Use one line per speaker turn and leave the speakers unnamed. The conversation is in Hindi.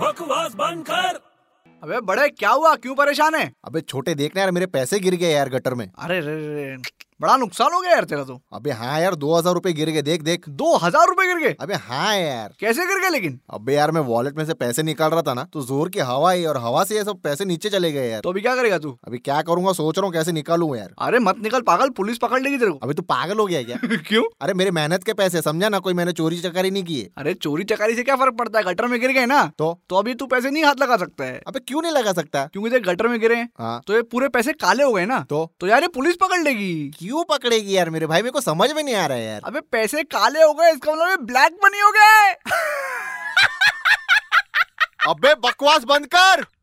बकवास बंद कर
अबे बड़े क्या हुआ क्यों परेशान है
अबे छोटे देखना यार मेरे पैसे गिर गए यार गटर में
अरे रे रे रे, बड़ा नुकसान हो गया यार तेरा तो
अबे हाँ यार दो हजार रूपए गिर गए देख देख
दो हजार रूपए गिर गए
अबे हाँ यार
कैसे गिर गए लेकिन
अबे यार मैं वॉलेट में से पैसे निकाल रहा था ना तो जोर की हवा आई और हवा से ये सब पैसे नीचे चले गए यार
तो अभी क्या करेगा तू
अभी क्या करूंगा सोच रहा हूँ कैसे निकालूं यार
अरे मत निकल पागल पुलिस पकड़ लेगी तेरे
अबे तू पागल हो गया क्या
को क्यों
अरे मेरे मेहनत के पैसे समझा ना कोई मैंने चोरी चकारी नहीं की है
अरे चोरी चकारी से क्या फर्क पड़ता है गटर में गिर गए ना
तो
तो अभी तू पैसे नहीं हाथ लगा सकता है
अबे क्यों नहीं लगा सकता
क्योंकि देख गटर में गिरे हैं,
हाँ
तो ये पूरे पैसे काले हो गए ना
तो
तो यार ये पुलिस पकड़ लेगी
क्यों पकड़ेगी यार मेरे भाई मेरे को समझ में नहीं आ रहा है यार
अबे पैसे काले हो गए इसका मतलब ये ब्लैक मनी हो गए
अबे बकवास बंद कर